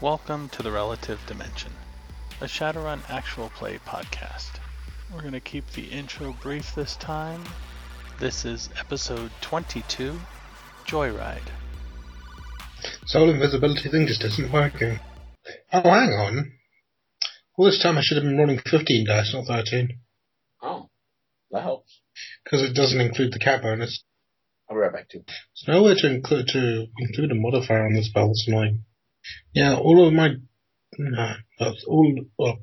Welcome to the Relative Dimension, a Shadowrun actual play podcast. We're going to keep the intro brief this time. This is episode 22 Joyride. Soul invisibility thing just isn't working. Oh, hang on. All this time I should have been rolling 15 dice, not 13. Oh, that helps. Because it doesn't include the cat bonus. I'll be right back to you. There's no way to include, to include a modifier on this spell, it's annoying. Yeah, all of my. No, that's all. Well,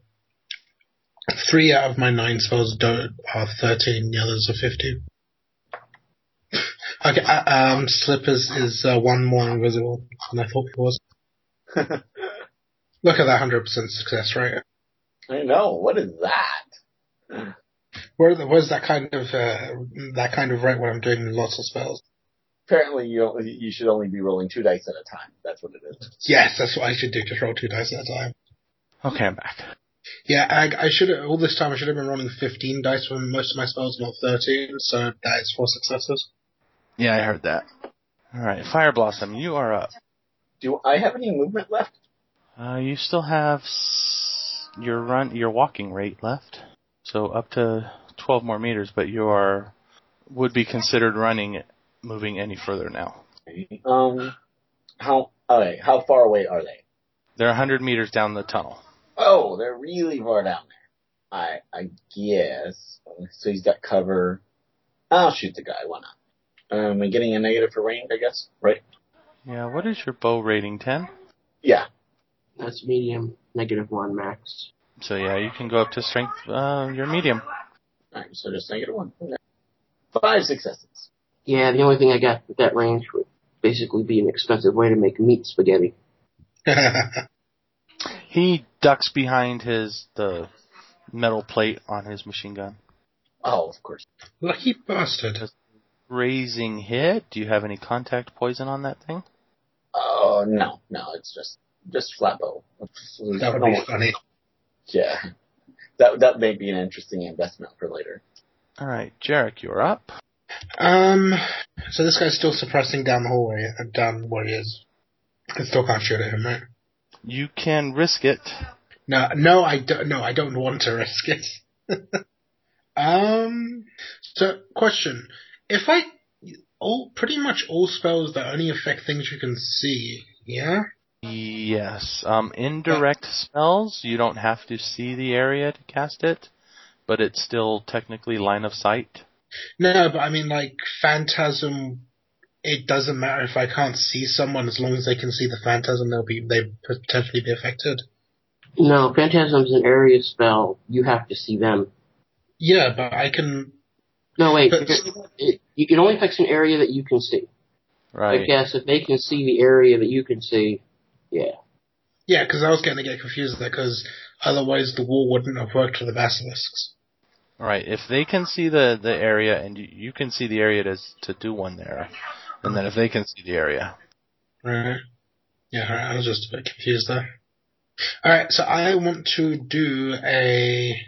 three out of my nine spells don't, are 13, the others are 15. okay, uh, um, Slippers is uh, one more invisible than I thought it was. Look at that 100% success rate. I know. What is that? Where the, where's that kind of uh, that kind of rate when I'm doing lots of spells? Apparently, you don't- you should only be rolling two dice at a time. That's what it is. Yes, that's what I should do. Just roll two dice at a time. Okay, I'm back. Yeah, I, I should all this time I should have been rolling 15 dice when most of my spells are not 13, so that is four successes. Yeah, I heard that. All right, Fire Blossom, you are up. Do I have any movement left? Uh, you still have s- your run, your walking rate left, so up to 12 more meters, but you are would be considered running, moving any further now. Um, how? Okay, how far away are they? They're 100 meters down the tunnel. Oh, they're really far down there. I I guess. So he's got cover. I'll shoot the guy. Why not? Um, and getting a negative for range, I guess. Right? Yeah, what is your bow rating? 10. Yeah. That's medium, negative one max. So yeah, you can go up to strength. Uh, your medium. All right. So just negative one. Okay. Five successes. Yeah, the only thing I got at that range would basically be an expensive way to make meat spaghetti. He ducks behind his the metal plate on his machine gun. Oh, of course. Lucky bastard. Raising hit. Do you have any contact poison on that thing? Oh no, no, it's just just Flappo. That would be funny. Yeah, that that may be an interesting investment for later. All right, Jarek, you're up. Um, so this guy's still suppressing down the hallway, uh, down where he is. I still can't shoot at him, right? You can risk it. No, no, I don't. No, I don't want to risk it. um. So, question: If I all pretty much all spells that only affect things you can see, yeah. Yes. Um, indirect spells, you don't have to see the area to cast it, but it's still technically line of sight. No, but I mean like phantasm. It doesn't matter if I can't see someone as long as they can see the phantasm. They'll be they potentially be affected. No, Phantasm's an area spell. You have to see them. Yeah, but I can. No, wait. But, it- it- you can only affect an area that you can see. I Right. guess if they can see the area that you can see, yeah. yeah, because I was going to get confused there because otherwise the wall wouldn't have worked for the basilisks. Right. If they can see the, the area and you, you can see the area to, s- to do one there, and then if they can see the area. Right. Yeah, all right, I was just a bit confused there. Alright, so I want to do a.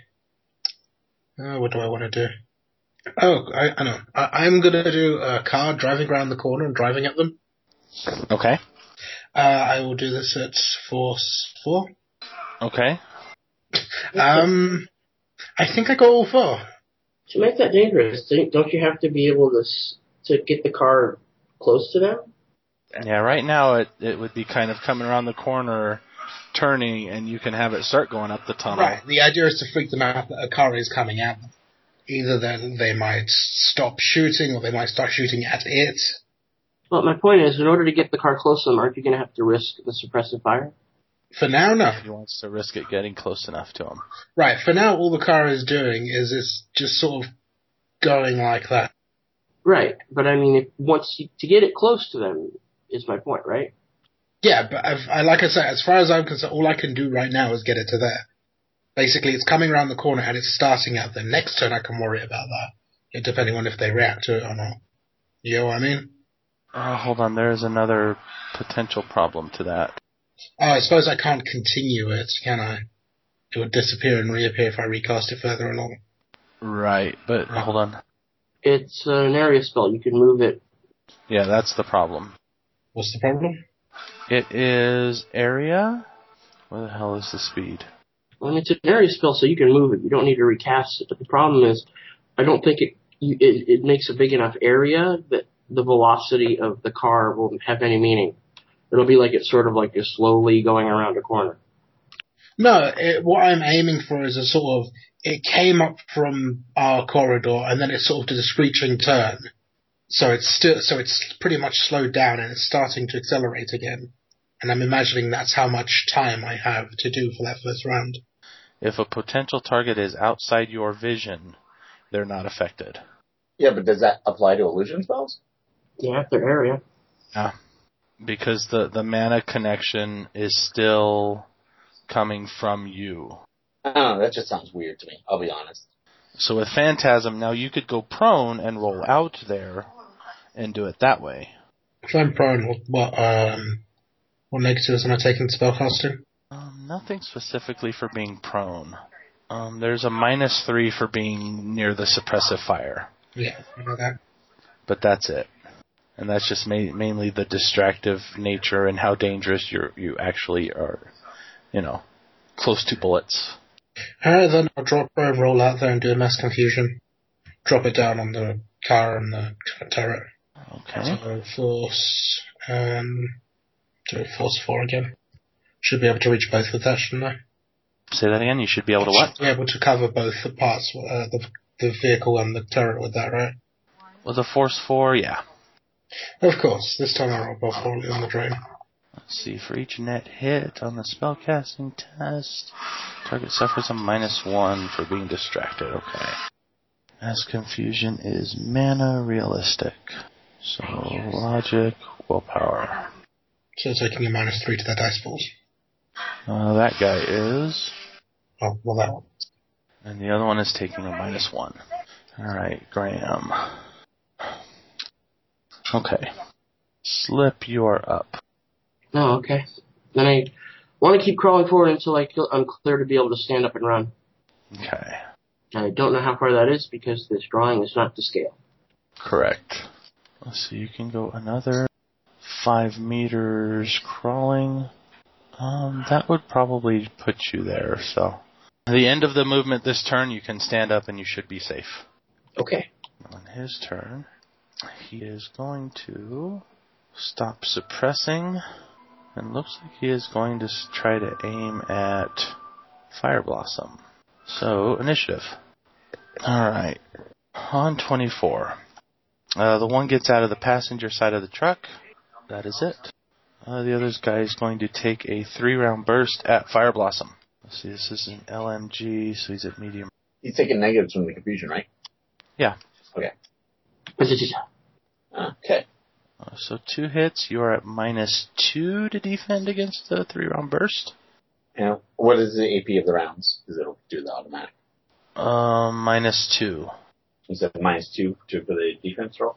Oh, what do I want to do? Oh, I, I know. I, I'm going to do a car driving around the corner and driving at them. Okay. Uh, I will do this at force four. Okay. Um, I think I got all four. To make that dangerous, don't don't you have to be able to s- to get the car close to them? Yeah, right now it, it would be kind of coming around the corner, turning, and you can have it start going up the tunnel. Right. The idea is to freak them out that a car is coming at them. Either they, they might stop shooting or they might start shooting at it. Well, my point is, in order to get the car close to them, aren't you going to have to risk the suppressive fire? For now, no. He wants to risk it getting close enough to him. Right, for now all the car is doing is it's just sort of going like that. Right, but I mean, if, once you, to get it close to them is my point, right? Yeah, but I've, I, like I said, as far as I'm concerned, all I can do right now is get it to there. Basically, it's coming around the corner and it's starting at them. Next turn I can worry about that, yeah, depending on if they react to it or not. You know what I mean? Oh, hold on. There is another potential problem to that. Oh, I suppose I can't continue it, can I? It would disappear and reappear if I recast it further along. Right, but hold on. It's uh, an area spell. You can move it Yeah, that's the problem. What's the problem? It is area. Where the hell is the speed? Well, it's an area spell, so you can move it. You don't need to recast it. But the problem is, I don't think it you- it, it makes a big enough area that the velocity of the car will have any meaning. It'll be like it's sort of like you're slowly going around a corner. No, it, what I'm aiming for is a sort of it came up from our corridor and then it sort of did a screeching turn. So it's still so it's pretty much slowed down and it's starting to accelerate again. And I'm imagining that's how much time I have to do for that first round. If a potential target is outside your vision, they're not affected. Yeah, but does that apply to illusion spells? Yeah, their area. Because the, the mana connection is still coming from you. I don't know. That just sounds weird to me. I'll be honest. So with Phantasm, now you could go prone and roll out there and do it that way. If I'm prone, what what um what negatives am I taking to spellcasting? Um, nothing specifically for being prone. Um, there's a minus three for being near the suppressive fire, Yeah, I know that. but that's it. And that's just ma- mainly the distractive nature and how dangerous you you actually are. You know, close to bullets. Alright then I'll drop over roll out there and do a mass confusion. Drop it down on the car and the turret. Okay. So force, um, do a force four again. Should be able to reach both with that, shouldn't I? Say that again. You should be able to what? Should be able to cover both the parts, uh, the the vehicle and the turret with that, right? With a force four, yeah. Of course. This time I roll both poorly on the drain. Let's see. For each net hit on the spellcasting test, target suffers a minus one for being distracted. Okay. Mass confusion is mana realistic. So logic, willpower. So taking a minus three to their dice balls. Uh, that guy is, Oh, well, that one. and the other one is taking a minus one. All right, Graham. Okay. Slip, you are up. Oh, okay. Then I want to keep crawling forward until I feel I'm clear to be able to stand up and run. Okay. I don't know how far that is because this drawing is not to scale. Correct. Let's see, you can go another five meters crawling. Um, that would probably put you there, so. At the end of the movement this turn, you can stand up and you should be safe. Okay. On his turn, he is going to stop suppressing, and looks like he is going to s- try to aim at Fire Blossom. So, initiative. Alright. On 24. Uh, the one gets out of the passenger side of the truck. That is it. Uh, the other guy is going to take a three round burst at Fire Blossom. Let's see, this is an LMG, so he's at medium. He's taking negatives from the confusion, right? Okay. Uh, so two hits. You are at minus two to defend against the three round burst. Now, what is the AP of the rounds? Because it'll do the automatic. Um, minus two. You said minus two to, for the defense roll.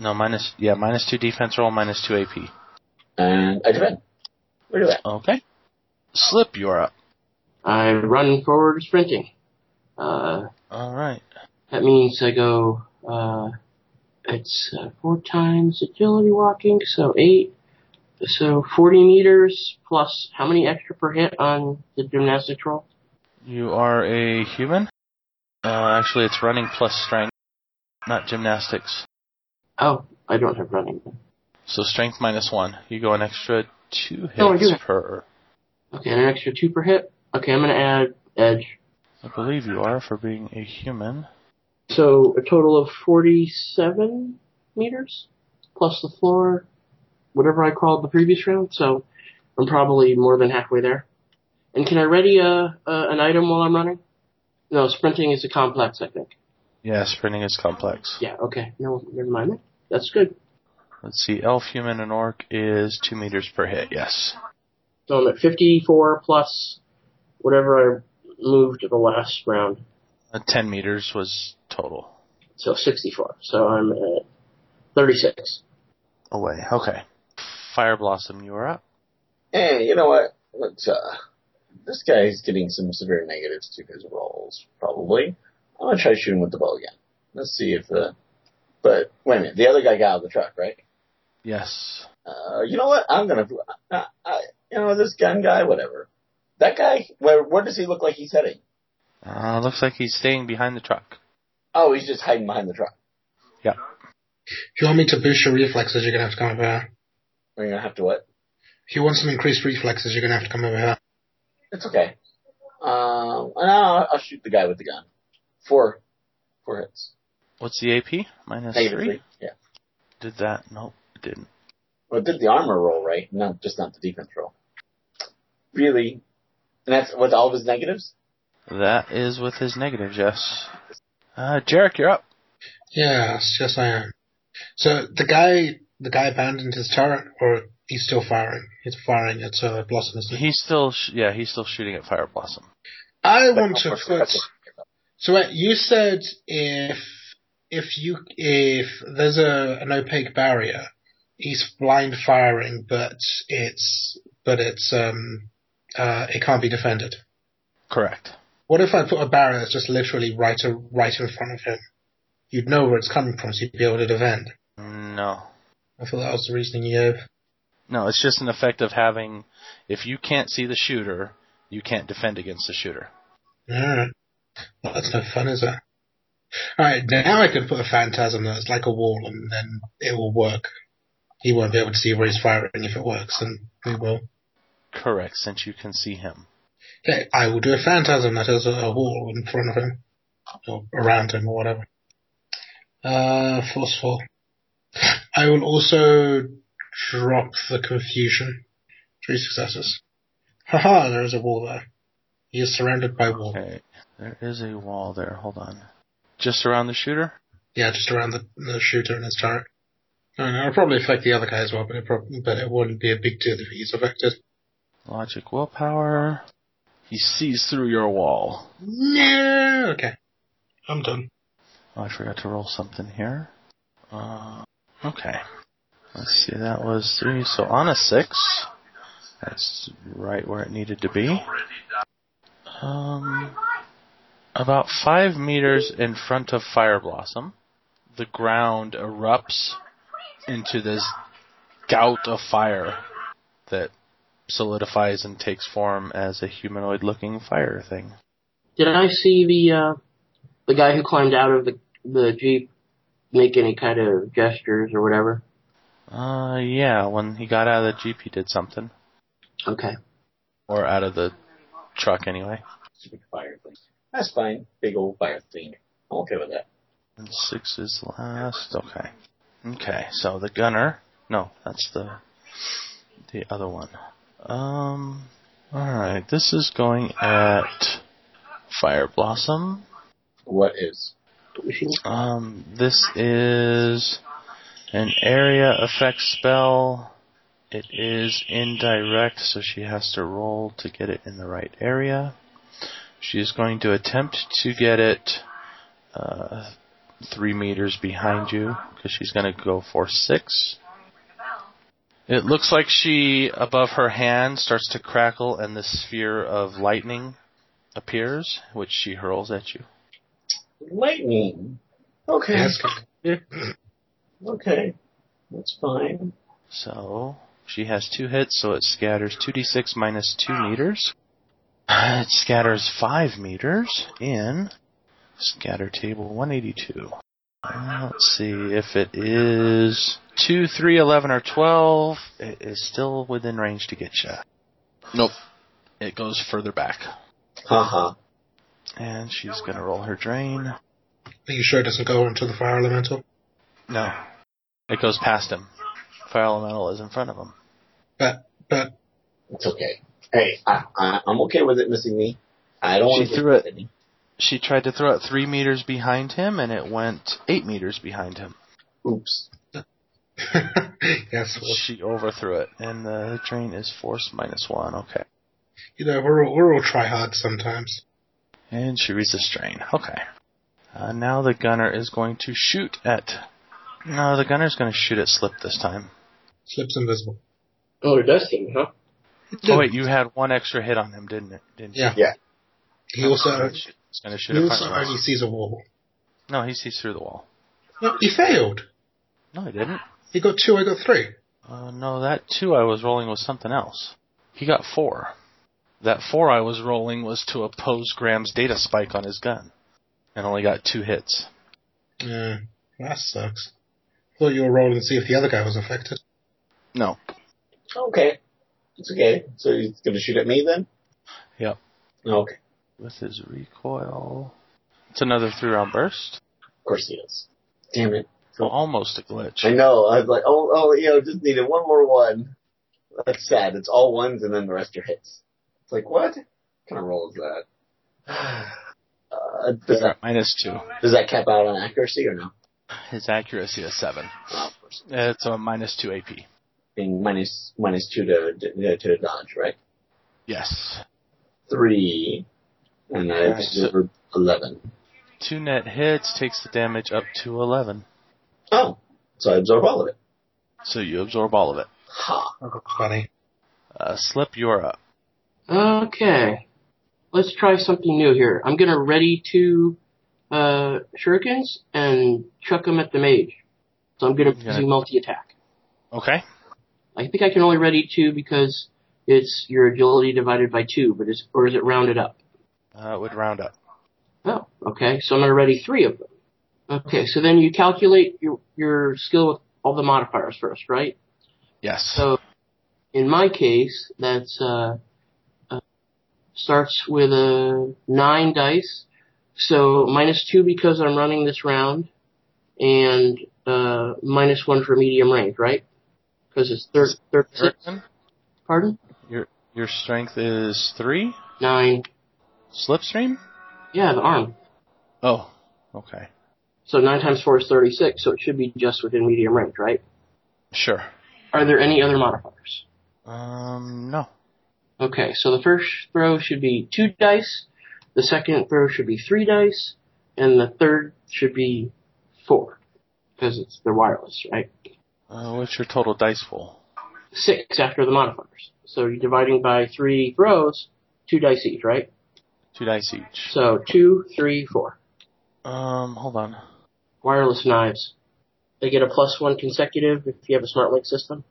No, minus yeah, minus two defense roll, minus two AP. And I defend. Look at that. Okay. Slip, you are up. I run forward sprinting. Uh, All right. That means I go, uh, it's uh, four times agility walking, so eight. So 40 meters plus how many extra per hit on the gymnastics roll? You are a human. Uh, actually, it's running plus strength, not gymnastics. Oh, I don't have running. then. So strength minus one. You go an extra two hits Oh, I do have- per. Okay, and an extra two per hit. Okay, I'm gonna add edge. I believe you are for being a human. So a total of 47 meters plus the floor, whatever I called the previous round. So I'm probably more than halfway there. And can I ready a, a an item while I'm running? No, sprinting is a complex, I think. Yeah, sprinting is complex. Yeah, okay. No, never mind. that. That's good. Let's see, elf, human, and orc is two meters per hit. Yes. So I'm at 54 plus whatever I moved the last round. Uh, ten meters was total So 64. So I'm at 36. away. Okay. Fire blossom, you are up. Hey, you know what? Let's, uh, this guy's getting some severe negatives to his rolls, probably. I'm gonna try shooting with the bow again. Let's see if, uh, But wait a minute, the other guy got out of the truck, right? Yes. Uh, you know what? I'm gonna, I, I, you know, this gun guy, whatever. That guy, where, where does he look like he's heading? Uh, looks like he's staying behind the truck. Oh, he's just hiding behind the truck. If you want me to boost your reflexes, you're gonna have to come over here. We're gonna have to what? If you want some increased reflexes, you're gonna have to come over here. It's okay. Um, and I'll, I'll shoot the guy with the gun. Four, four hits. What's the AP? Minus Negative three? three. Yeah. Did that? Nope, it didn't. Well, it did the armor roll right? No, just not the defense roll. Really, and that's with all of his negatives. That is with his negatives, yes. Uh, Jarek, you're up. Yes, yes, I am. So the guy, the guy abandoned his turret, or he's still firing. He's firing at uh, Blossom. Isn't he? He's still, sh- yeah, he's still shooting at Fire Blossom. I But want of to course, put. that's it. So wait, you said if if you if there's a an opaque barrier, he's blind firing, but it's but it's um uh it can't be defended. Correct. What if I put a barrier that's just literally right to, right in front of him? You'd know where it's coming from, so you'd be able to defend. No. I thought that was the reasoning you gave. No, it's just an effect of having, if you can't see the shooter, you can't defend against the shooter. Alright. Mm. Well, that's no fun, is it? Alright, now I could put a phantasm that's like a wall and then it will work. He won't be able to see where he's firing if it works, and we will. Correct, since you can see him. Okay, I will do a phantasm that is a wall in front of him. Or around him or whatever. Uh, forceful. I will also drop the confusion. Three successes. Haha, there is a wall there. He is surrounded by wall. Okay. There is a wall there. Hold on. Just around the shooter? Yeah, just around the, the shooter and his turret. I mean, it'll probably affect the other guy as well, but it prob- but it wouldn't be a big deal if he's affected. Logic willpower. He sees through your wall. No, okay, I'm done. Oh, I forgot to roll something here. Uh, okay. Let's see, that was three. So on a six, that's right where it needed to be. Um, about five meters in front of Fire Blossom, the ground erupts into this gout of fire that solidifies and takes form as a humanoid-looking fire thing. Did I see the uh, the guy who climbed out of the the jeep make any kind of gestures or whatever? Uh, yeah, when he got out of the jeep, he did something. Okay. or out of the truck anyway. Stupid fire thing. That's fine. Big old fire thing. I'm okay with that. And six is last. Okay. Okay. So the gunner. No, that's the the other one. Um. All right. This is going at Fire Blossom. What is? Um. This is an area effect spell. It is indirect, so she has to roll to get it in the right area. She is going to attempt to get it uh, three meters behind you because she's going to go for six. It looks like she, above her hand, starts to crackle and the sphere of lightning appears, which she hurls at you. Lightning. Okay. Yes, come- Okay. That's fine. So she has two hits, so it scatters 2d6 minus 2 meters. It scatters 5 meters in scatter table 182. Uh, Let's see if it is 2, 3, 11, or 12. It is still within range to get you. Nope. It goes further back. Haha. And she's going to roll her drain. Are you sure it doesn't go onto the fire elemental? No. It goes past him. Fire Elemental is in front of him. But but It's okay. Hey, I, I, I'm okay with it missing me. I don't She want to threw it. Any. She tried to throw it three meters behind him, and it went eight meters behind him. Oops. yes, well, She overthrew it, and the train is force minus one. Okay, you know we're all, we're all tryhards sometimes. and she resists strain. Okay, uh, now the gunner is going to shoot at. No, the gunner's going to shoot at Slip this time. Slips invisible. Oh, you're dusting, huh? Oh wait, you had one extra hit on him, didn't it? Didn't you? Yeah. Yeah. He also It's going to he shoot at also front. only sees a wall. No, he sees through the wall. No, you failed. No, I didn't. You got two, I got three. Uh, no, that two I was rolling was something else. He got four. That four I was rolling was to oppose Graham's data spike on his gun, and only got two hits. Yeah, that sucks. Thought you were rolling to see if the other guy was affected. No, Okay. It's okay. So he's gonna shoot at me then? Yep. Okay. with his recoil, it's another three-round burst. Of course he is. Damn it. Well, almost a glitch. I know. I was like, oh, oh, you know, just needed one more one. That's sad. It's all ones and then the rest are hits. It's like, what? What kind of roll is that? Uh, does, that Alright, minus two. does that cap out on accuracy or no? His accuracy is seven. Oh, of course. It's a minus two AP. Being minus, minus two to, to, to dodge, right? Yes. Three. And I Alright, so- delivered 11. Two net hits takes the damage up to 11. Oh. So I absorb all of it. So you absorb all of it. Ha. Funny. Uh, slip, you're up. Okay. Let's try something new here. I'm gonna ready two uh, shurikens and chuck them at the mage. So I'm gonna Yeah. do multi attack. Okay. I think I can only ready two because it's your agility divided by two, but is or is it rounded up? Uh, it would round up. Oh, okay. So I'm gonna ready three of them. Okay, so then you calculate your your skill with all the modifiers first, right? Yes. So, in my case, that's uh, uh, starts with a nine dice. So minus two because I'm running this round, and uh, minus one for medium range, right? Because it's thir- thirty-six. Erickson, Pardon? your strength is three. Nine. Slipstream? Yeah, the arm. Oh, okay. So nine times four is thirty-six. So it should be just within medium range, right? Sure. Are there any other modifiers? Um, no. Okay, so the first throw should be two dice, the second throw should be three dice, and the third should be four. Because it's they're wireless, right? Uh, what's your total dice pool? Six after the modifiers. So you're dividing by three throws, two dice each, right? Two dice each. So two, three, four. Um, hold on. Wireless knives. They get a plus one consecutive if you have a smart link system.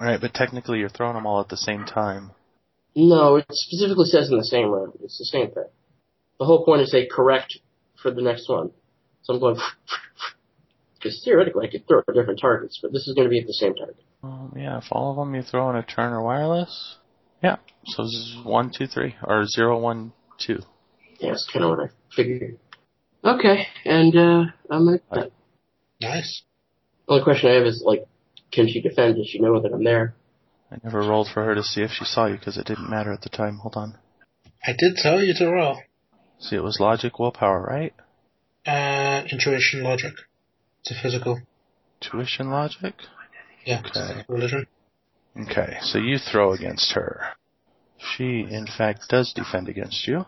Alright, but technically you're throwing them all at the same time. No, it specifically says in the same round. It's the same thing. The whole point is they correct for the next one. So I'm going because theoretically I could throw at different targets, but this is going to be at the same target. Um, yeah, if all of them you throw in a turn or wireless. Yeah, so this is one, two, three, or zero, one, two. Yeah, that's kind of what I figured. Okay, and uh, I'm gonna, the Nice. only question I have is like, can she defend? Does she know that I'm there? I never rolled for her to see if she saw you because it didn't matter at the time. Hold on. I did tell you to roll. See, it was logic, willpower, right? Uh, intuition, logic. It's a physical. Tuition logic? Yeah, it's a Okay. physical religion. Okay, so you throw against her. She, in fact, does defend against you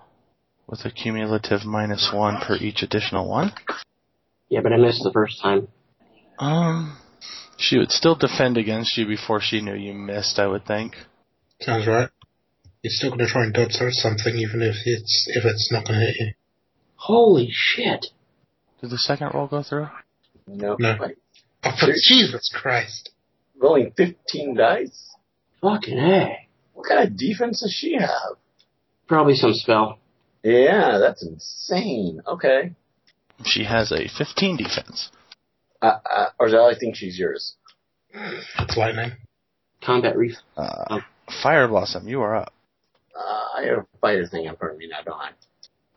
with a cumulative minus one per each additional one. Yeah, but I missed the first time. Um, she would still defend against you before she knew you missed, I would think. Sounds right. You're still going to try and dodge something, even if it's if it's not going to hit you. Holy shit! Did the second roll go through? No. No. Like, Oh, for Jesus Christ! rolling 15 dice? Fucking a. What kind of defense does she have? Probably some spell. Yeah, that's insane. Okay. She has a 15 defense. Uh, uh, or do I think she's yours? It's lightning. Combat reef. Uh, Fire Blossom, you are up. Uh, I have a fire thing in front of me now, don't I?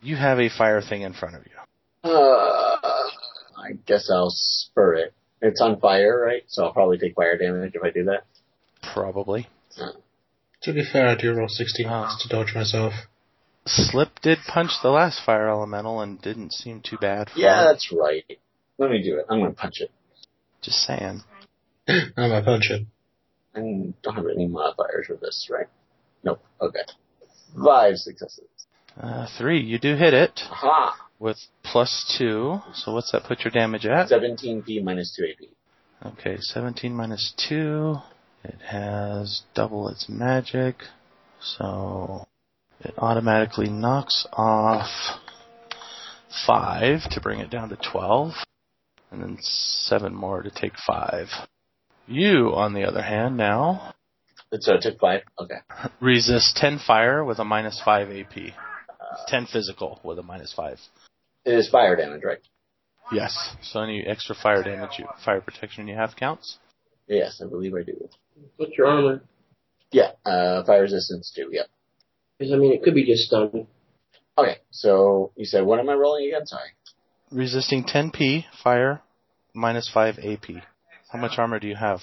You have a fire thing in front of you. Uh, I guess I'll spur it. It's on fire, right? So I'll probably take fire damage if I do that. Probably. To be fair, I do roll 16 Ah. points to dodge myself. Slip did punch the last fire elemental and didn't seem too bad. For Yeah, him. that's right. Let me do it. I'm gonna punch it. Just saying. I'm a puncher. I don't have any modifiers for this, right? Nope. Okay. Five successes. Uh, three, you do hit it Aha! with plus two. So what's that put your damage at? 17p minus 2 AP. Okay, 17 minus two. It has double its magic. So it automatically knocks off five to bring it down to 12. and then seven more to take five. You, on the other hand, now So it took five. Okay. resist ten fire with a minus five AP, ten physical with a minus five. It is fire damage, right? Yes. So any extra fire damage, you, fire protection you have counts. Yes, I believe I do. What's your armor? Yeah, uh, fire resistance too. Yep. Because I mean, it could be just stun. Okay, so you said what am I rolling again? Sorry. Resisting 10p fire, minus five AP. How much armor do you have?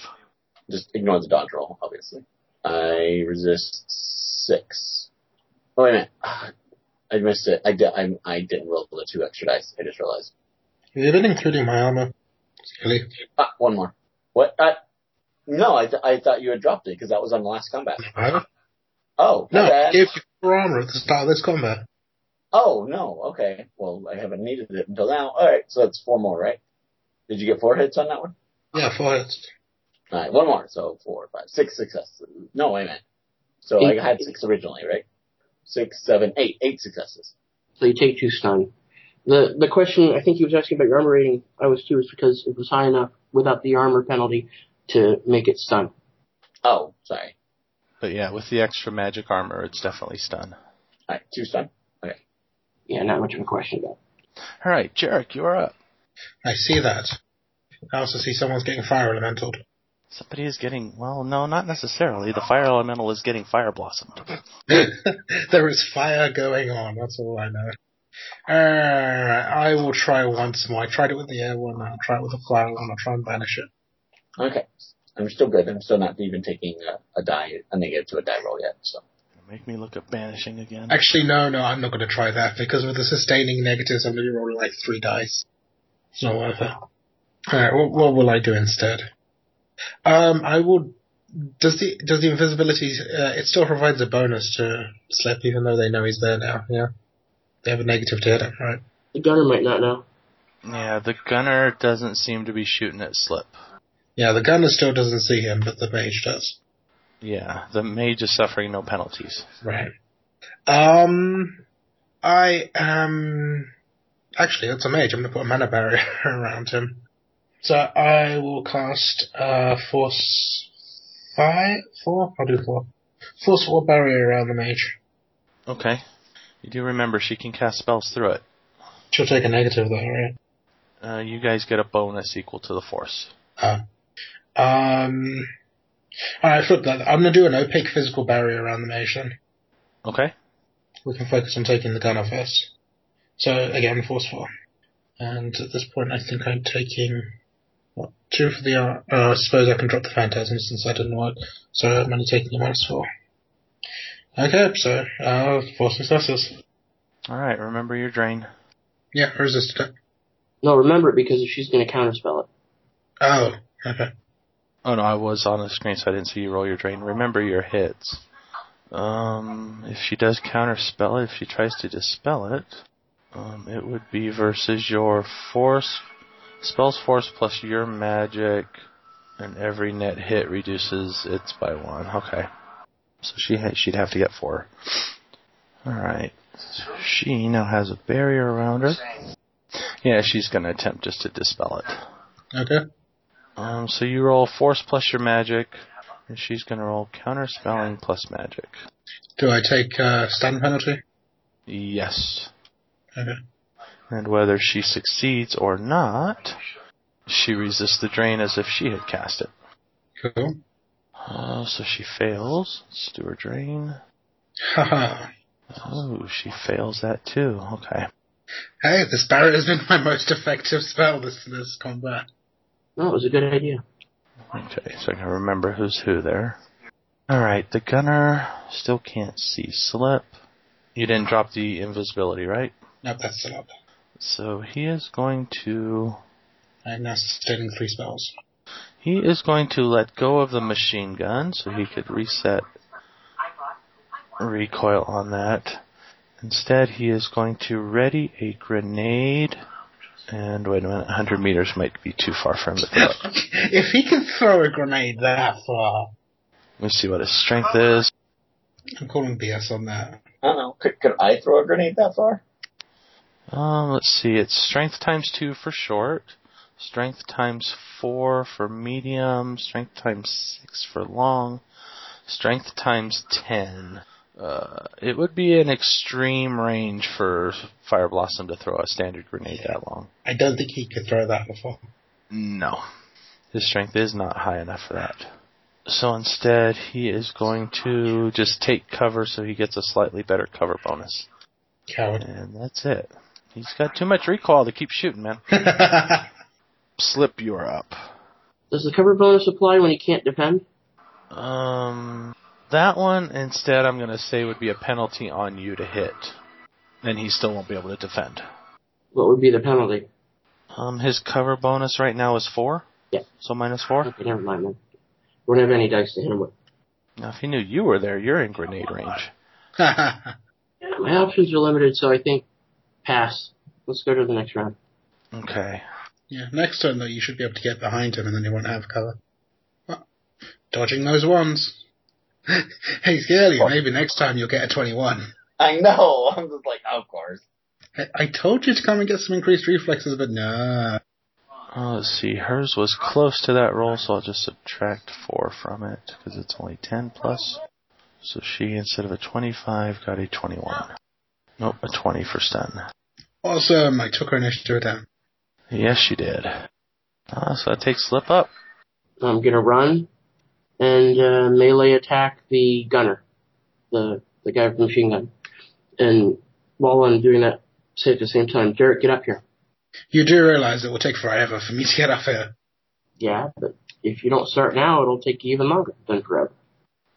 Just ignore the dodge roll, obviously. I resist six. Oh wait a minute. Ah, I missed it. I, di- I'm, I didn't roll the two extra dice. I just realized. You've been including my armor. Silly. Ah, one more. What? Uh, no, I, th- I thought you had dropped it because that was on the last combat. Huh? Oh, my No, I bad. gave you four armor at the start of this combat. Oh no, okay. Well, I haven't needed it until now. All right, so that's four more, right? Did you get four hits on that one? Yeah, four hits. All right, one more. So four, five, six successes. No, wait a minute. So I had six originally, right? Six, seven, eight, eight successes. So you take two stun. The the question I think he was asking about your armor rating, I was too, is because it was high enough without the armor penalty to make it stun. Oh, sorry. But yeah, with the extra magic armor, it's definitely stun. All right, two stun. Yeah, not much of a question about. All right, Jarek, you're up. I see that. I also see someone's getting fire elemental. Somebody is getting well. No, not necessarily. The fire elemental is getting fire blossomed. there is fire going on, that's all I know. Alright, I will try once more. I tried it with the air one, I'll try it with the flower one, I'll try and banish it. Okay, I'm still good. I'm still not even taking a, a die, a negative to a die roll yet. So Make me look at banishing again. Actually, no, no, I'm not going to try that because with the sustaining negatives, I'm going to be rolling like three dice. It's not worth it. Alright, what, what will I do instead? Um, I will. Does the does the invisibility? Uh, it still provides a bonus to slip, even though they know he's there now. Yeah, they have a negative to hit him, right? The gunner might not know. Yeah, the gunner doesn't seem to be shooting at slip. Yeah, the gunner still doesn't see him, but the mage does. Yeah, the mage is suffering no penalties. Right. Um, I am. Actually, that's a mage. I'm going to put a mana barrier around him. So I will cast uh, force five, four. I'll do four. Force or barrier around the mage. Okay. You do remember she can cast spells through it. She'll take a negative though, right? Uh, you guys get a bonus equal to the force. Um. Alright, flip that. I'm gonna do an opaque physical barrier around the mage then. Okay. We can focus on taking the gunner first. So again, force four. And at this point, I think I'm taking what two for the. ar- Uh, I suppose I can drop the phantasm since that didn't work. So I'm only taking a minus four. Okay, so uh, four successes. All right. Remember your drain. Yeah, I resisted it. No, remember it because she's going to counterspell it. Oh, okay. Oh no, I was on the screen, so I didn't see you roll your drain. Remember your hits. Um, if she does counterspell it, if she tries to dispel it, um, it would be versus your force, spells force plus your magic, and every net hit reduces its by one. Okay, so she ha- she'd have to get four. All right, she now has a barrier around her. Yeah, she's gonna attempt just to dispel it. Okay. Um, so you roll force plus your magic, and she's gonna roll counterspelling plus magic. Do I take uh, stun penalty? Yes. Okay. And whether she succeeds or not, she resists the drain as if she had cast it. Cool. Oh, so she fails. Let's do her drain. Haha. Oh, she fails that too. Okay. hey, this barrier has been my most effective spell this this combat. No, it was a good idea. Okay, so I can remember who's who there. Alright, the gunner still can't see slip. You didn't drop the invisibility, right? Nope, that's still up. So he is going to I'm now sustaining three spells. He is going to let go of the machine gun so he could reset recoil on that. Instead, he is going to ready a grenade. And wait a minute, 100 meters might be too far for him to throw. it. if he can throw a grenade that far, Let's see what his strength is. I'm calling BS on that. I don't know. Could, could I throw a grenade that far? Um, let's see, it's strength times two for short, Strength times four for medium. Strength times six for long. Strength times ten. Uh, it would be an extreme range for Fire Blossom to throw a standard grenade that long. I don't think he could throw that before. No. His strength is not high enough for that. So instead, he is going to just take cover so he gets a slightly better cover bonus. Coward. And that's it. He's got too much recall to keep shooting, man. Slip, you're up. Does the cover bonus apply when he can't defend? Um, that one instead, I'm going to say would be a penalty on you to hit, and he still won't be able to defend. What would be the penalty? Um, his cover bonus right now is four. Yeah. So minus four. Okay, never mind then. We don't have any dice to hit him with. Now, if he knew you were there, you're in grenade range. Yeah, my options are limited, so I think pass. Let's go to the next round. Okay. yeah, next turn though, you should be able to get behind him and then he won't have cover. Well, dodging those ones. hey, Scaly, maybe next time you'll get a 21. I know. I'm just like, of course. I, I told you to come and get some increased reflexes, but no. Uh, let's see. Hers was close to that roll, so I'll just subtract four from it because it's only ten plus. So she, instead of a twenty-five, got a twenty-one. Nope, a twenty for stun. Awesome, I took her initiative down. Yes, she did. Uh, so that takes slip up. I'm gonna run and uh, melee attack the gunner, the the guy with the machine gun. And while I'm doing that, say at the same time, Jarrett, get up here. You do realize it will take forever for me to get up here. Yeah, but if you don't start now, it'll take you even longer than forever.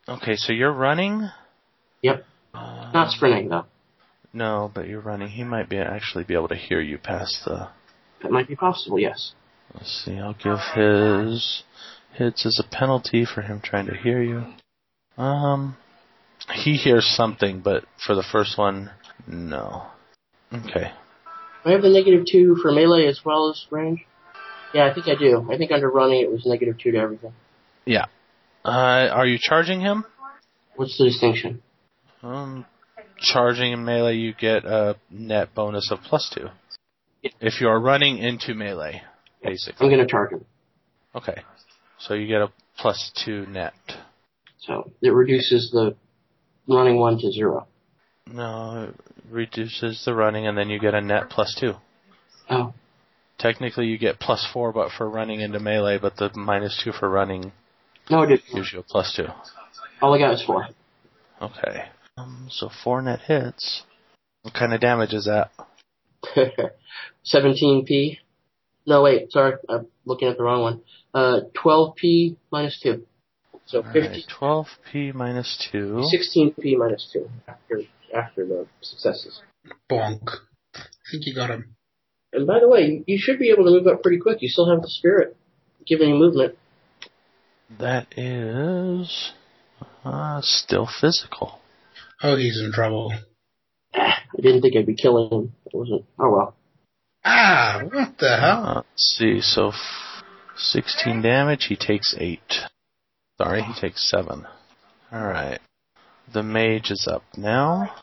Okay, so you're running. Yep. Uh, Not sprinting though. No, but you're running. He might be actually be able to hear you past the. That might be possible. Yes. Let's see. I'll give his hits as a penalty for him trying to hear you. Um, he hears something, but for the first one, no. Okay. I have the negative two for melee as well as range. Yeah, I think I do. I think under running it was negative two to everything. Uh, are you charging him? What's the distinction? Um, charging in melee, you get a net bonus of plus two. If you are running into melee, I'm basically. gonna charge him. Okay. So you get a plus two net. So it reduces the running one to zero. No, it reduces the running, and then you get a net plus two. Oh, Technically, you get plus four, but for running into melee, but the minus two for running no, it didn't. gives you a plus two. All I got was four. Okay. Um, so four net hits. What kind of damage is that? 17p. No, wait, sorry, I'm looking at the wrong one. Uh, 12p minus 2. So All 15, right, 12p minus two. 16p minus 2 after, after the successes. Bonk. I think you got him. And by the way, you should be able to move up pretty quick. You still have the spirit. Given you movement. That is uh, still physical. Oh, he's in trouble. Ah, I didn't think I'd be killing him. It wasn't. Oh well. Ah, what the hell? Uh, let's see. So f- 16 damage. He takes eight. Sorry, he takes seven. All right. The mage is up now.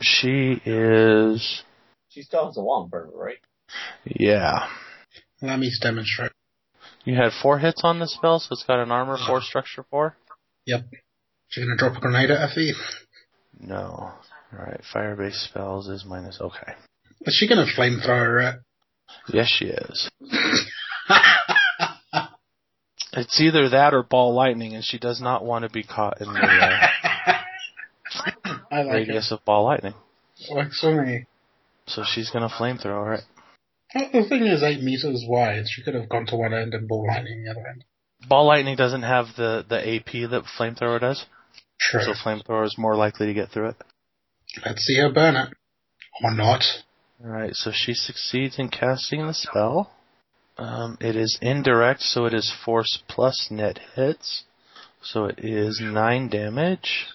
She is. She still has a long burn, right? Yeah. Let me demonstrate. You had four hits on the spell, so it's got an armor four, structure four. She's gonna drop a grenade at her feet. No. All right. Firebase spells is minus. Okay. Is she gonna flamethrower Yes, she is. it? It's either that or ball lightning, and she does not want to be caught in the uh, I like it. radius of ball lightning. Works for me. So she's gonna flamethrower it. Well, The thing is eight meters wide. She could have gone to one end and ball lightning the other end. Ball lightning doesn't have the, the AP that flamethrower does, True. so flamethrower is more likely to get through it. Let's see her burn it. Or not. Alright, so she succeeds in casting the spell. Um, it is indirect, so it is force plus net hits. So it is 9 damage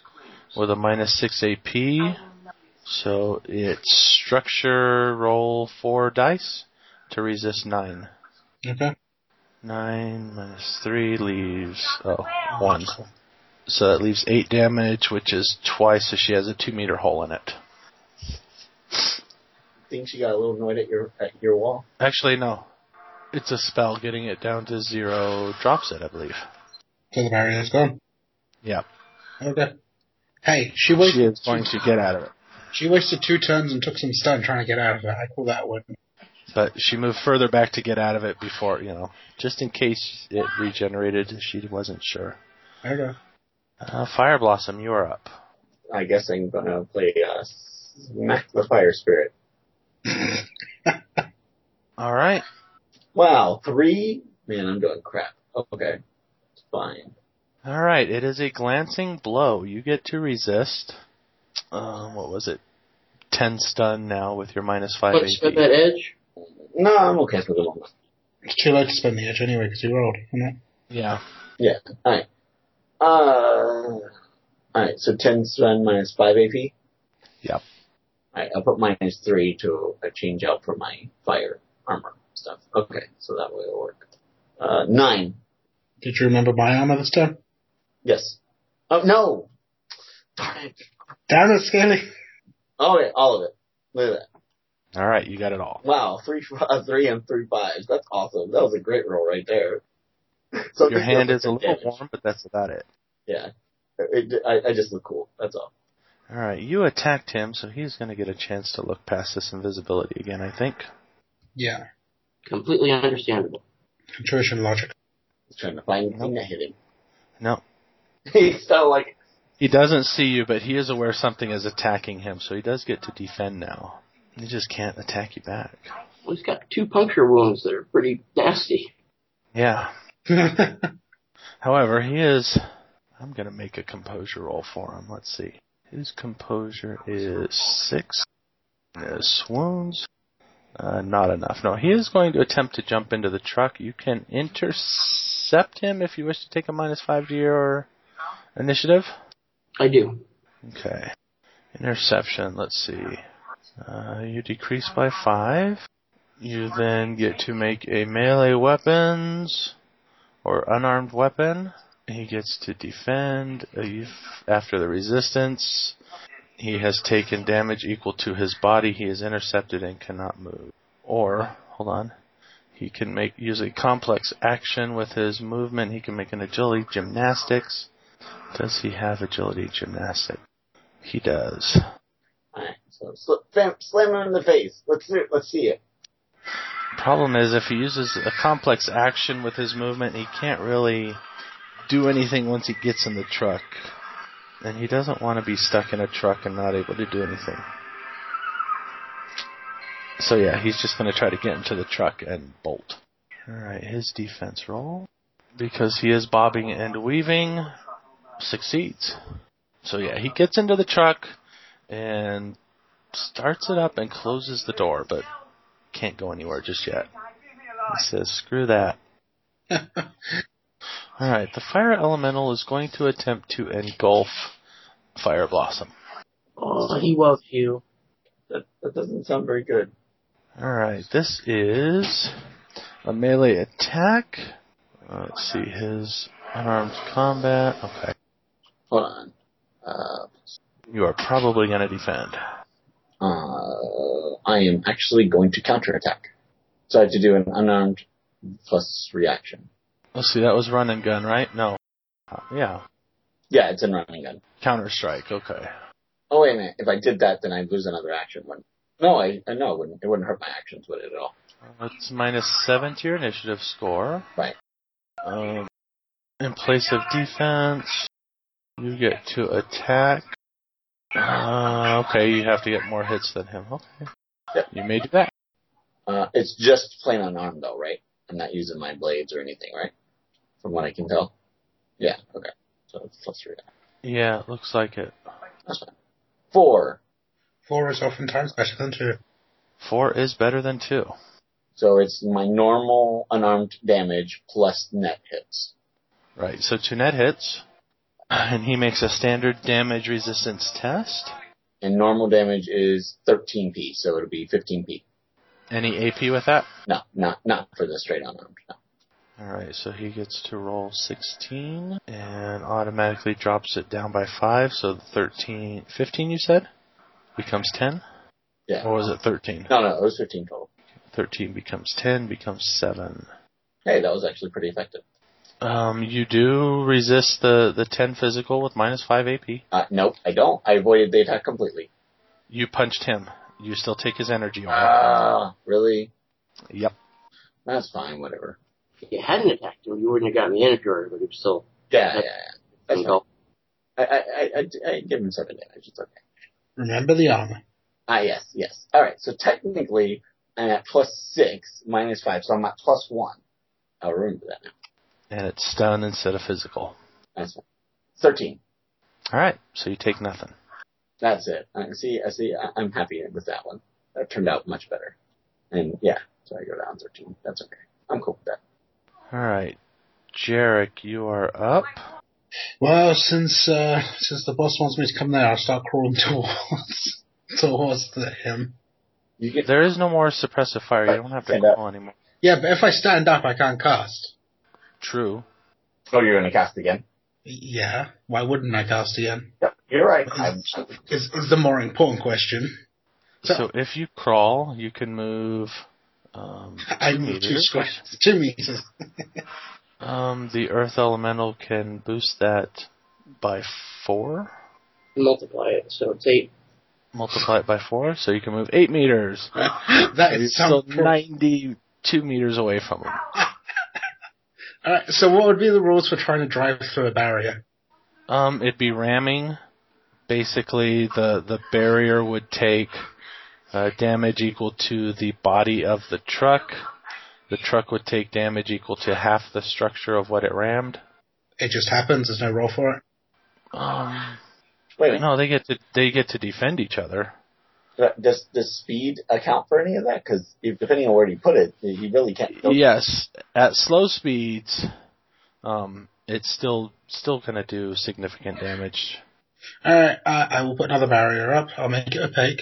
with a minus 6 AP. So it's structure roll 4 dice to resist 9. Okay. 9 minus 3 leaves. Oh, 1. So that leaves 8 damage, which is twice, so she has a 2 meter hole in it. I think she got a little annoyed at your at your wall. Actually, no. It's a spell getting it down to zero drops it, I believe. So the barrier is gone. Yep. Okay. Hey, she was She is going to get out of it. She wasted two turns and took some stun trying to get out of it. I call that one. But she moved further back to get out of it before, you know, just in case it regenerated. She wasn't sure. Okay. Uh, Fire Blossom, you are up. I guess I'm gonna play uh, Smack the Fire Spirit. All right. Wow, three? Man, I'm doing crap. Okay. It's fine. All right. It is a glancing blow. You get to resist. Um, what was it? Ten stun now with your minus five Let's spend AP. that edge. No, I'm okay for the moment. It's too late to spend the edge anyway because you rolled. You know? Yeah. Uh, alright, so 10 stun minus 5 AP? Yep. Alright, I'll put minus 3 to uh, change out for my fire armor stuff. Okay, so that way it'll work. Uh, 9. Did you remember my armor this time? Yes. Oh, no! Darn it! Damn it, Scaly. Oh, yeah, all of it. Look at that. All right. You got it all. Wow, three, uh, three and three fives. That's awesome. That was a great roll right there. So Your this hand does is a little damage. warm, but that's about it. Yeah. It, I, I just look cool. That's all. All right. You attacked him, so he's going to get a chance to look past this invisibility again. I think. Yeah. Completely understandable. Intuition logic. trying to find the thing that hit him. No. He's so like, He doesn't see you, but he is aware something is attacking him, so he does get to defend now. He just can't attack you back. Well, he's got two puncture wounds that are pretty nasty. Yeah. That's However, he is. I'm going to make a composure roll for him. Let's see. His composure is six. His swoons. Uh, not enough. No, he is going to attempt to jump into the truck. You can intercept him if you wish to take a minus five to your initiative. I do. Okay. Interception, let's see. Uh, you decrease by five. You then get to make a melee weapons or unarmed weapon. He gets to defend. Uh, you- After the resistance, he has taken damage equal to his body. He is intercepted and cannot move. Or, hold on, he can make use a complex action with his movement. He can make an agility gymnastics. Does he have agility gymnastics? He does. alright, so sl- fam- slam him in the face. Let's see, let's see it. Problem is, if he uses a complex action with his movement, he can't really do anything once he gets in the truck. And he doesn't want to be stuck in a truck and not able to do anything. So yeah, he's just going to try to get into the truck and bolt. Alright, his defense roll. Because he is bobbing and weaving, succeeds. So yeah, he gets into the truck and starts it up and closes the door, but can't go anywhere just yet. He says, screw that. Alright, the fire elemental is going to attempt to engulf Fire Blossom. Oh, he loves you. That, that doesn't sound very good. Alright, this is a melee attack. Uh, Let's see, his unarmed combat. Okay. Hold on. Uh, You are probably going to defend. uh, I am actually going to counterattack. So I have to do an unarmed plus reaction. Let's see, that was run and gun, right? No. Uh, yeah. Yeah, it's in running gun. Counter strike, okay. Oh wait a minute. If I did that, then I'd lose another action. Wouldn't? it? No, I, I no, it wouldn't. It wouldn't hurt my actions, would it at all? That's Uh, minus seven to your initiative score. Right. Um, in place of defense, you get to attack. Uh, okay, you have to get more hits than him. Okay. Yep. You may do that. Uh, it's just plain unarmed though, right? I'm not using my blades or anything, right? From what I can tell. Yeah. Okay. So it's plus reaction. Yeah, it looks like it. That's fine. Four. Four is oftentimes better than two. Four is better than two. So it's my normal unarmed damage plus net hits. Right, so two net hits. And he makes a standard damage resistance test. And normal damage is 13p, so it'll be 15p. Any AP with that? No, not, not for the straight unarmed. No. Alright, so he gets to roll 16 and automatically drops it down by 5, so the 13, 15 you said? Becomes 10? Yeah. Or was it 13? No, no, it was 15 total. 13 becomes 10, becomes 7. Hey, that was actually pretty effective. Um, you do resist the, the 10 physical with minus 5 AP. Uh, nope, I don't. I avoided the attack completely. You punched him. You still take his energy on. Ah, really? Yep. That's fine, whatever. If you hadn't attacked him, you wouldn't have gotten the energy, but it was still Yeah, yeah, yeah. That's fine. engulfed. I, I, I, I, I give him seven damage. It's okay. Remember the armor. Ah, yes, yes. All right. So technically, I'm at plus six, minus five, so I'm at plus one. I'll remember that now. And it's stun instead of physical. That's fine. Thirteen. Alright, so you take nothing. That's it. I see. I see. I, I'm happy with that one. That turned out much better. And yeah, so I go down thirteen. That's okay. I'm cool with that. Alright. Jarek, you are up. Well, since uh, since the boss wants me to come there, I'll start crawling towards towards the, him. You get There is no more suppressive fire. You don't have to Stand up. call anymore. Yeah, but if I stand up, I can't cast. True. Oh, you're gonna cast again. Yeah, why wouldn't I cast again? Yep. You're right. I'm, Is, is, is the more important question. So- So if you crawl, you can move. Um, I two need two meters. squares, two meters. Um, the earth elemental can boost that by four. Multiply it, so it's eight. Multiply it by four, so you can move eight meters. that You're is still some. ninety-two meters away from them. All right, so what would be the rules for trying to drive through a barrier? Um, it'd be ramming. Basically, the the barrier would take uh, damage equal to the body of the truck. The truck would take damage equal to half the structure of what it rammed. It just happens. There's no roll for it. Um, wait a minute. no, they get to they get to defend each other. But Does does speed account for any of that? Because depending on where you put it, you really can't. go- Yes, at slow speeds, um, it's still still going to do significant damage. All right, uh, I will put another barrier up. I'll make it opaque.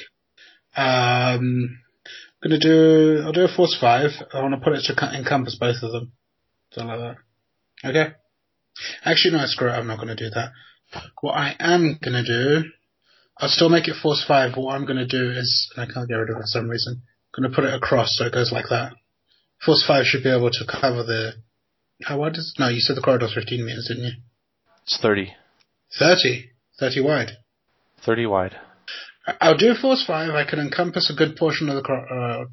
Um, gonna do. I'll do a force five. I want to put it to co- encompass both of them. So like that. Okay. Actually, no. Screw it. I'm not gonna do that. What I am gonna do, I'll still make it force five. But what I'm gonna do is, and I can't get rid of it for some reason. Gonna put it across so it goes like that. Force five should be able to cover the. How wide is? No, you said the corridor's 15 meters, didn't you? It's 30, 30. 30 wide. 30 wide. I'll do force five. I can encompass a good portion of the cor- uh,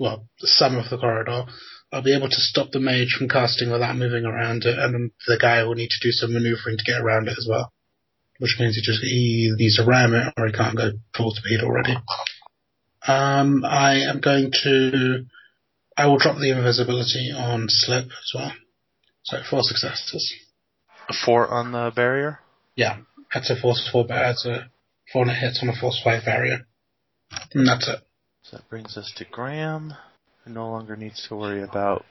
well, some of the corridor. I'll be able to stop the mage from casting without moving around it, and then the guy will need to do some maneuvering to get around it as well. Which means he just he needs to ram it, or he can't go full speed already. Um, I am going to. I will drop the invisibility on slip as well. So four successes. Four on the barrier. Yeah, that's a force four, but that's a four and it hits on a force five barrier. And that's it. So that brings us to Graham, who no longer needs to worry about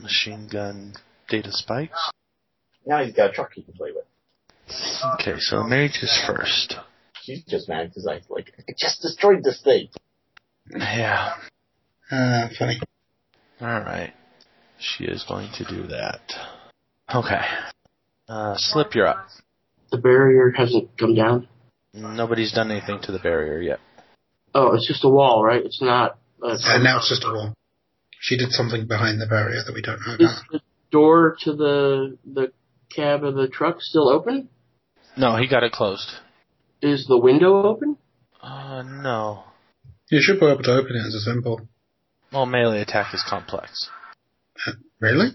machine gun data spikes. Now he's got a truck he can play with. Okay, so Mage is first. She's just mad because I like I just destroyed this thing. Yeah. Uh, funny. All right. She is going to do that. Okay. Uh, slip, you're up. The barrier hasn't come down. Nobody's done anything to the barrier yet. Oh, it's just a wall, right? It's not. Uh, And now it's just a wall. She did something behind the barrier that we don't know Is about. the door to the the cab of the truck still open? No, he got it closed. Is the window open? Uh, no. You should be able to open it as a symbol. Well, melee attack is complex. Uh, Really?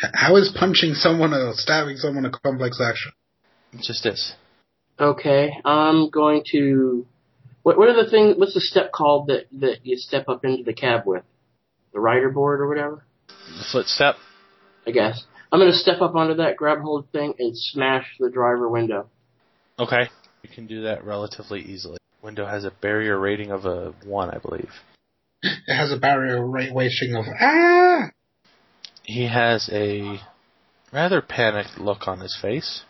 H- How is punching someone or stabbing someone a complex action? It just is. Okay, I'm going to. What what are the thing? What's the step called that that you step up into the cab with? The rider board or whatever, The footstep. I guess. I'm gonna step up onto that, grab hold of the thing, and smash the driver window. Okay. You can do that relatively easily. Window has a barrier rating of a 1, I believe. It has a barrier rate waiting of ah. He has a rather panicked look on his face,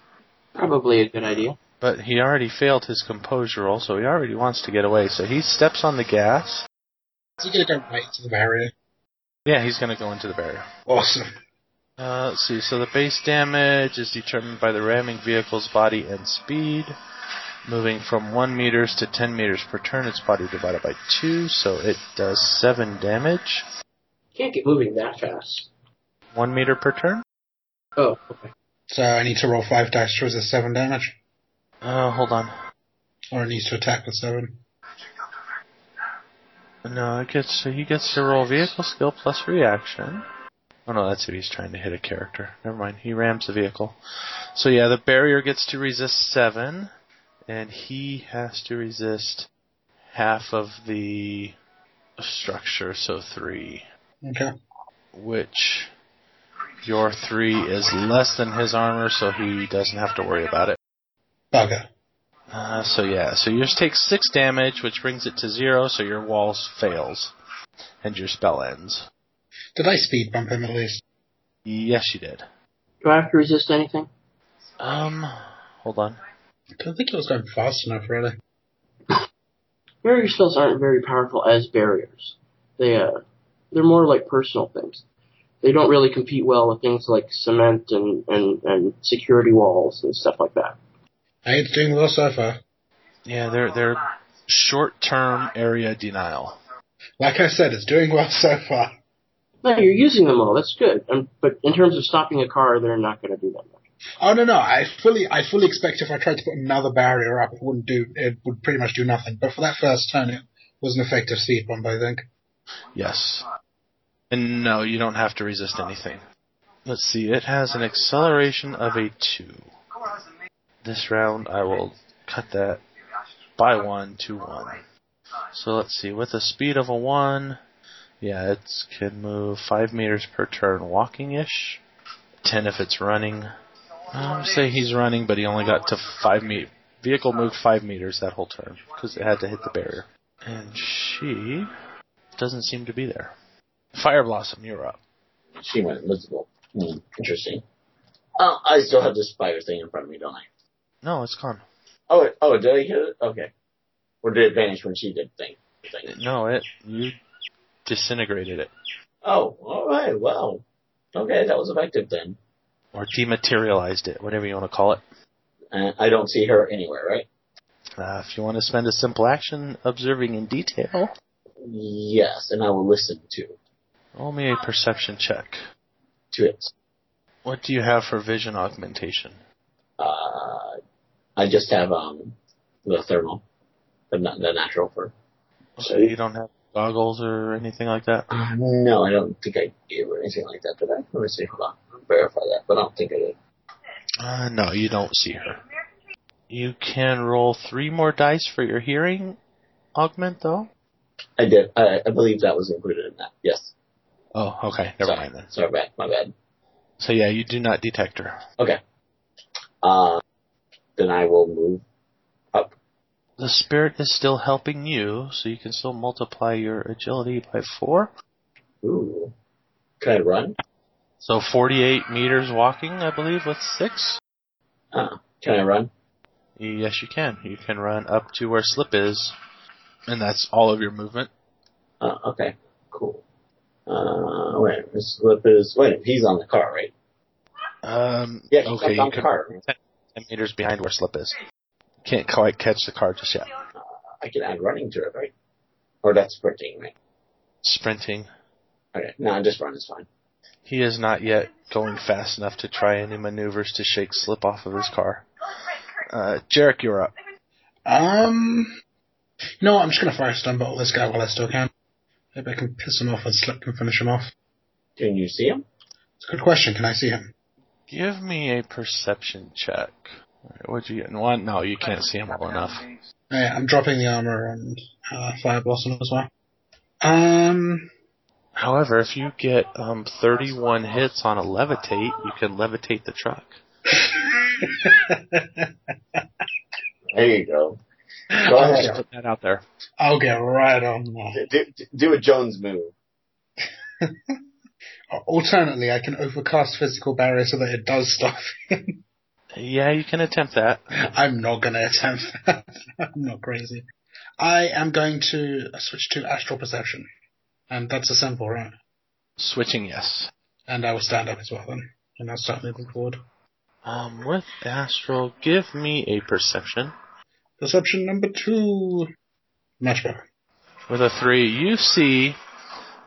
Probably a good idea. but he already failed his composure roll, so he already wants to get away. So he steps on the gas. Is he gonna go right to the barrier? Yeah, he's going to go into the barrier. Awesome. Uh, let's see. So the base damage is determined by the ramming vehicle's body and speed. Moving from 1 meters to 10 meters per turn, its body divided by 2, so it does 7 damage. Can't get moving that fast. 1 meter per turn? Oh, okay. So I need to roll five dice to resist seven damage, Uh, hold on. or it needs to attack with seven. No, it gets so he gets to roll vehicle skill plus reaction. Oh no, that's if he's trying to hit a character. Never mind, he rams the vehicle. So yeah, the barrier gets to resist seven, and he has to resist half of the structure, so three. Okay. Which your three is less than his armor, so he doesn't have to worry about it. Bugger. Uh, so yeah, so yours takes six damage, which brings it to zero, so your walls fails, and your spell ends. Did I speed bump him at least? Yes, you did. Do I have to resist anything? Um, hold on. I don't think it was going fast enough, really. Barrier spells aren't very powerful as barriers. They uh, they're more like personal things. They don't really compete well with things like cement and and and security walls and stuff like that. Hey, it's doing well so far. Yeah, they're they're short-term area denial. Like I said, it's doing well so far. No, you're using them all. That's good. Um, but in terms of stopping a car, they're not going to do that much. Oh no, no! I fully, I fully expect if I tried to put another barrier up, it wouldn't do. It would pretty much do nothing. But for that first turn, it was an effective speed bump, I think. Yes. And no, you don't have to resist anything. Let's see. It has an acceleration of a two. This round, I will cut that by one to one. So let's see. With a speed of a one, yeah, it can move five meters per turn, walking ish. Ten if it's running. I'm say he's running, but he only got to five meters. Vehicle moved five meters that whole turn because it had to hit the barrier. And she doesn't seem to be there. Fire Blossom, you're up. She went invisible. Hmm, interesting. Oh, I still have this spider thing in front of me, don't I? No, it's gone. Oh, it- oh, did I hit it? Okay. Or did it vanish when she did thing? thing? No, it you disintegrated it Oh, all right. Well, okay, that was effective then. or dematerialized it, whatever you want to call it. And I don't see her anywhere, right? Uh, if you want to spend a simple action observing in detail, Yes, and I will listen to roll me a perception check. to it. What do you have for vision augmentation? Uh, I just have um the thermal, the na- the natural for. So you don't have goggles or anything like that. Uh, no, I don't think I gave her anything like that, did I? Let me see. Hold on, I'll verify that, but I don't think I did. Uh, no, you don't see her. You can roll three more dice for your hearing augment, though. I did. I, I believe that was included in that. Yes. Oh, okay, never Sorry. mind then. Sorry, bad. My bad. So yeah, you do not detect her. Uh, then I will move. The spirit is still helping you, so you can still multiply your agility by four. Ooh. Can I run? So 48 meters walking, I believe, with six. Ah, can I run? Yes, you can. You can run up to where slip is, and that's all of your movement. Uh, okay, cool. Uh, wait, this slip is, wait, he's on the car, right? Um, Yeah, he's okay, on you the can car. 10 meters behind where slip is. Can't quite catch the car just yet. I can add running to it, right? Or that's sprinting, right? Sprinting. Okay, no, just run is fine. He is not yet going fast enough to try any maneuvers to shake slip off of his car. Uh, Jarek, you're up. Um, no, I'm just gonna fire stunbottle this guy while I still can. Maybe I can piss him off and slip and finish him off. Can you see him? It's a good question. Can I see him? Give me a perception check. Alright, What'd you get? One? No, you can't see him well enough. Oh, yeah, I'm dropping the armor and uh, fire blossom as well. Um, However, if you get um, 31 hits on a levitate, you can levitate the truck. There you go. Go I'm ahead. just putting that out there. I'll get right on that. Do, do a Jones move. Alternately, I can overcast physical barrier so that it does stuff. Yeah, you can attempt that. I'm not gonna attempt that. I'm not crazy. I am going to switch to astral perception, and that's a simple, right? Switching, yes. And I will stand up as well then, and I'll start moving forward. Um, with Astral, give me a perception. Perception number two. Much better. With a three, you see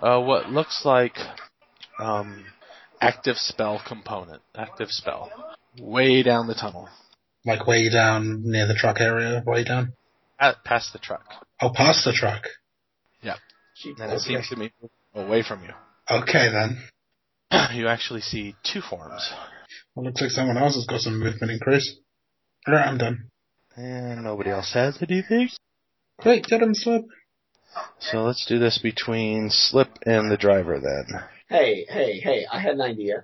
uh, what looks like um, active spell component, active spell, way down the tunnel, Like way down near the truck area, way down. at, past the truck, Oh, past the truck. She and it seems to be away from you. Okay then. You actually see two forms, Well, looks like someone else has got some movement increase. Alright, I'm done. and nobody else has anything. Great, get him, slip. So let's do this between Slip and the driver then. Hey, hey, hey, I had an idea.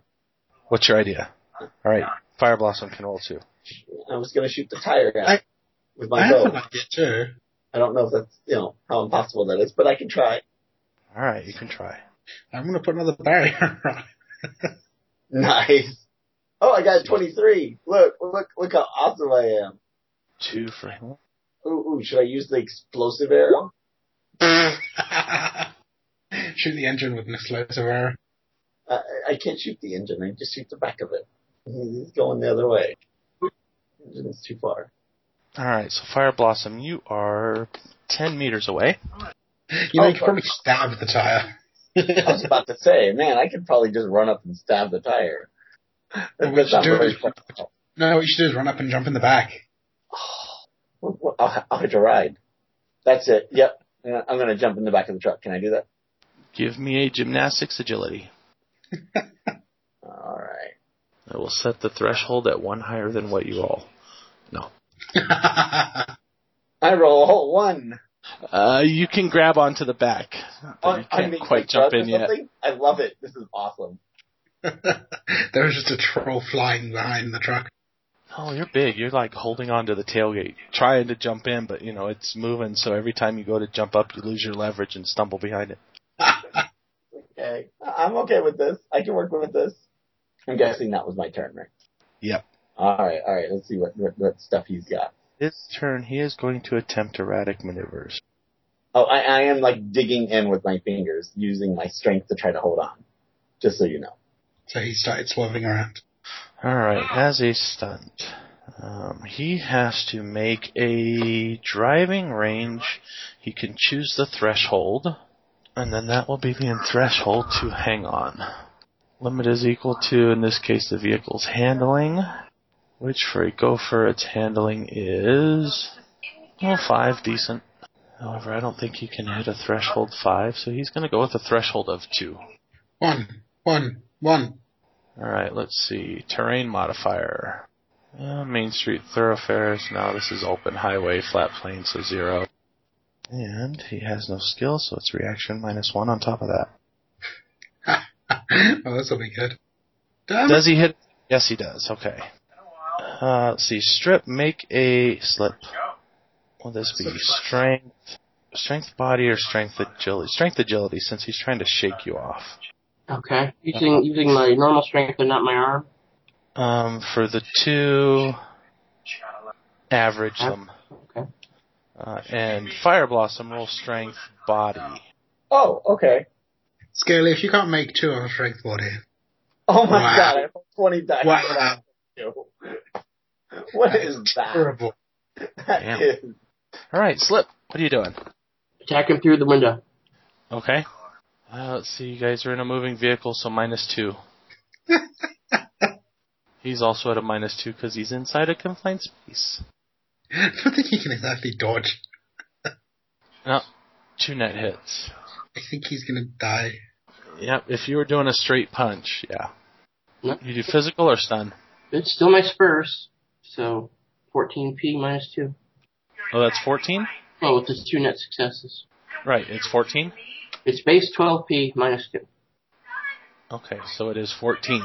What's your idea? All right, Fire Blossom can roll too. I was gonna shoot the tire out I- with I my have an bow. idea too. I don't know if that's, you know, how impossible that is, but I can try. All right, you can try. I'm gonna put another barrier on. Nice. Oh, I got 23. Look, look, look how awesome I am. Two for him. Ooh, ooh, should I use the explosive arrow? Shoot the engine with an explosive arrow. I, I can't shoot the engine. I just shoot the back of it. It's going the other way. It's too far. All right, so Fire Blossom, you are ten meters away. You know, Oh, you could probably stab the tire. I was about to say, man, I could probably just run up and stab the tire. Well, we That's not should do very it. fun. no, what you should do is run up and jump in the back. Well, well, I'll, I'll hitch a ride. That's it. Yep. I'm gonna- I'm going to jump in the back of the truck. Can I do that? Give me a gymnastics agility. All right. I will set the threshold at one higher than what you roll. I roll a whole one. Uh, you can grab onto the back, but On- you on the can't quite jump truck or in yet. something? I love it. This is awesome. there was just a troll flying behind the truck. Oh, you're big. You're like holding onto the tailgate, trying to jump in, but you know it's moving. So every time you go to jump up, you lose your leverage and stumble behind it. Okay. I- I'm okay with this. I can work with this. I'm guessing that was my turn, right? Yep. All right. All right. Let's see what, what, what stuff he's got. His turn, he is going to attempt erratic maneuvers. Oh, I, I am like digging in with my fingers, using my strength to try to hold on. Just so you know. So he started swerving around. All right, as a stunt, um, he has to make a driving range. He can choose the threshold, and then that will be the threshold to hang on. Limit is equal to, in this case, the vehicle's handling, which for a gopher, its handling is well five, decent. However, I don't think he can hit a threshold five, so he's going to go with a threshold of two. One, one, one. All right, let's see. Terrain modifier. Uh, Main Street thoroughfares. Now this is open highway, flat plain, so zero. And he has no skill, so it's reaction minus one on top of that. oh, this will be good. Damn Does he hit? Yes, he does. Okay. Uh, let's see. Strip. Make a slip. Will this be strength? Strength body or strength agility? Strength agility, since he's trying to shake you off. Okay. Using using my normal strength and not my arm. Um, for the two, average them. Okay. Uh, and Fire Blossom roll strength body. Oh, okay. Scaly, if you can't make two on a strength body. Oh my Wow. god, I have 20 dice. Wow. What is that? Terrible. That Damn. is All right, Slip. What are you doing? Attack him through the window. Okay. Uh, let's see. You guys are in a moving vehicle, so minus two. he's also at a minus two because he's inside a confined space. I don't think he can exactly dodge. Two net hits. I think he's gonna die. Yep. If you were doing a straight punch, yeah. Yep. You do physical or stun? It's still my spurs, so 14p minus two. Oh, that's fourteen. Well, with just two net successes, Right. It's fourteen. it's base 12p minus two. Okay, so it is fourteen.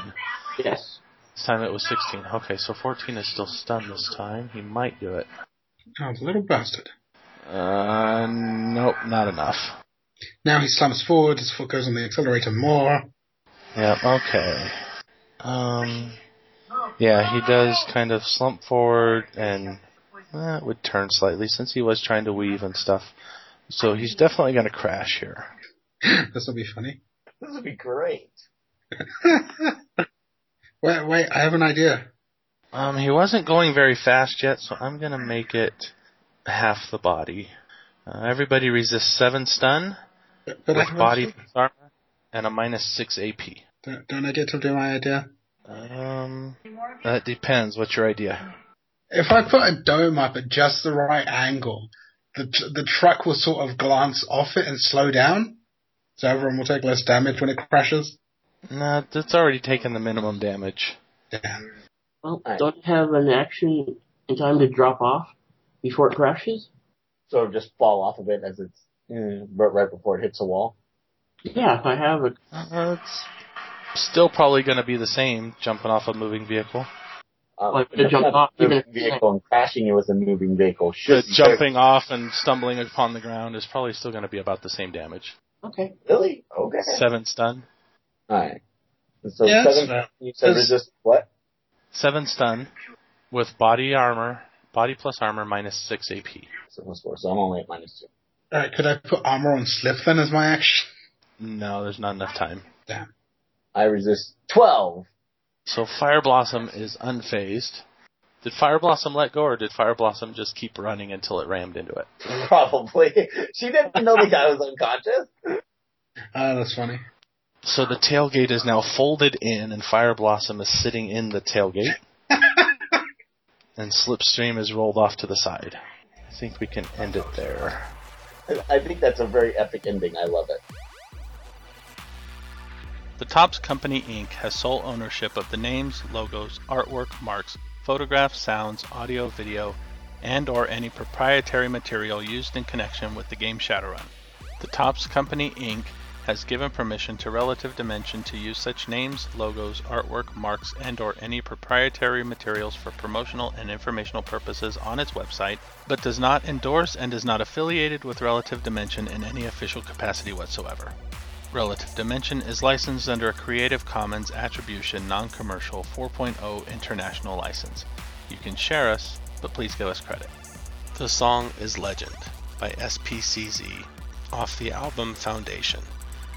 Yes. This time it was 16. Okay, so 14 is still stunned this time. He might do it. Oh, the little bastard. Uh, nope, not enough. Now he slumps forward, his foot goes on the accelerator more. Yeah, okay. Um, yeah, he does kind of slump forward and uh, it would turn slightly since he was trying to weave and stuff. So he's definitely going to crash here. this will be funny. This would be great. wait, wait, I have an idea. Um, he wasn't going very fast yet, so I'm going to make it half the body. Uh, everybody resists seven stun But I with can body also- armor and a minus six AP. don't, don't I get to do my idea? Um, that depends. What's your idea? If I put a dome up at just the right angle, the the truck will sort of glance off it and slow down, so everyone will take less damage when it crashes. No, that's already taken the minimum damage. Yeah. Well, Alright. don't you have an action in time to drop off before it crashes? sort of just fall off of it as it's mm, but right before it hits a wall. Yeah, if I have it. Uh, it's still probably going to be the same jumping off a moving vehicle. Um, Like, to jump off, moving even if- vehicle and crashing it with a moving vehicle. The Should be jumping off and stumbling upon the ground is probably still going to be about the same damage. Okay. really okay. Seven stun. All right. And so Yeah, that's seven. fair. You said That's- resist what? Seven stun with body armor, body plus armor minus six AP. So plus four. So I'm only at minus two. Alright, could I put armor on Slip then as my action? No, there's not enough time. I resist twelve. So Fire Blossom is unfazed. Did Fire Blossom let go, or did Fire Blossom just keep running until it rammed into it? Probably. she didn't know the guy was unconscious. Ah, that's funny. So the tailgate is now folded in, and Fire Blossom is sitting in the tailgate. and Slipstream is rolled off to the side. I think we can end it there. I think that's a very epic ending. I love it. The Topps Company Inc. has sole ownership of the names, logos, artwork, marks, photographs, sounds, audio, video, and or any proprietary material used in connection with the game Shadowrun. The Topps Company Inc. has given permission to Relative Dimension to use such names, logos, artwork, marks, and or any proprietary materials for promotional and informational purposes on its website, but does not endorse and is not affiliated with Relative Dimension in any official capacity whatsoever. Relative Dimension is licensed under a Creative Commons Attribution Non Commercial 4.0 International License. You can share us, but please give us credit. The song is Legend by SPCZ off the album Foundation,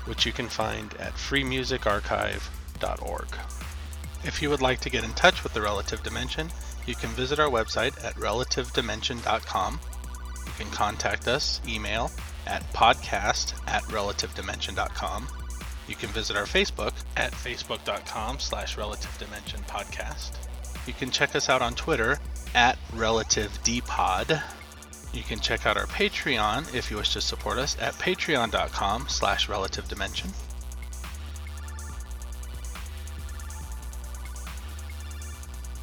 which you can find at freemusicarchive.org. If you would like to get in touch with the Relative Dimension, you can visit our website at relativedimension.com. You can contact us, email, at podcast at relativedimension.com. You can visit our Facebook at facebook.com slash relative dimension podcast. You can check us out on Twitter at relative dpod. You can check out our Patreon if you wish to support us at patreon.com slash relative dimension.